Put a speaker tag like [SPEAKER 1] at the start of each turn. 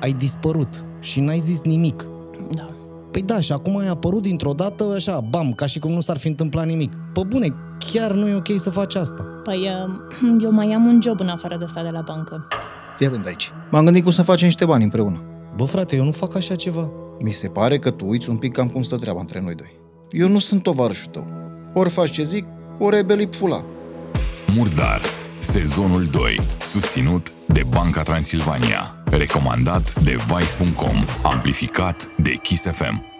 [SPEAKER 1] ai dispărut și n-ai zis nimic.
[SPEAKER 2] Da.
[SPEAKER 1] Păi da, și acum ai apărut dintr-o dată așa, bam, ca și cum nu s-ar fi întâmplat nimic. Pă bune, chiar nu e ok să faci asta.
[SPEAKER 2] Păi uh, eu mai am un job în afară de asta de la bancă.
[SPEAKER 3] Fii atent aici. M-am gândit cum să facem niște bani împreună.
[SPEAKER 1] Bă frate, eu nu fac așa ceva.
[SPEAKER 3] Mi se pare că tu uiți un pic cam cum stă treaba între noi doi. Eu nu sunt tovarășul tău. Ori faci ce zic, ori ai belip fula.
[SPEAKER 4] Murdar, sezonul 2, susținut de Banca Transilvania, recomandat de Vice.com, amplificat de Kiss FM.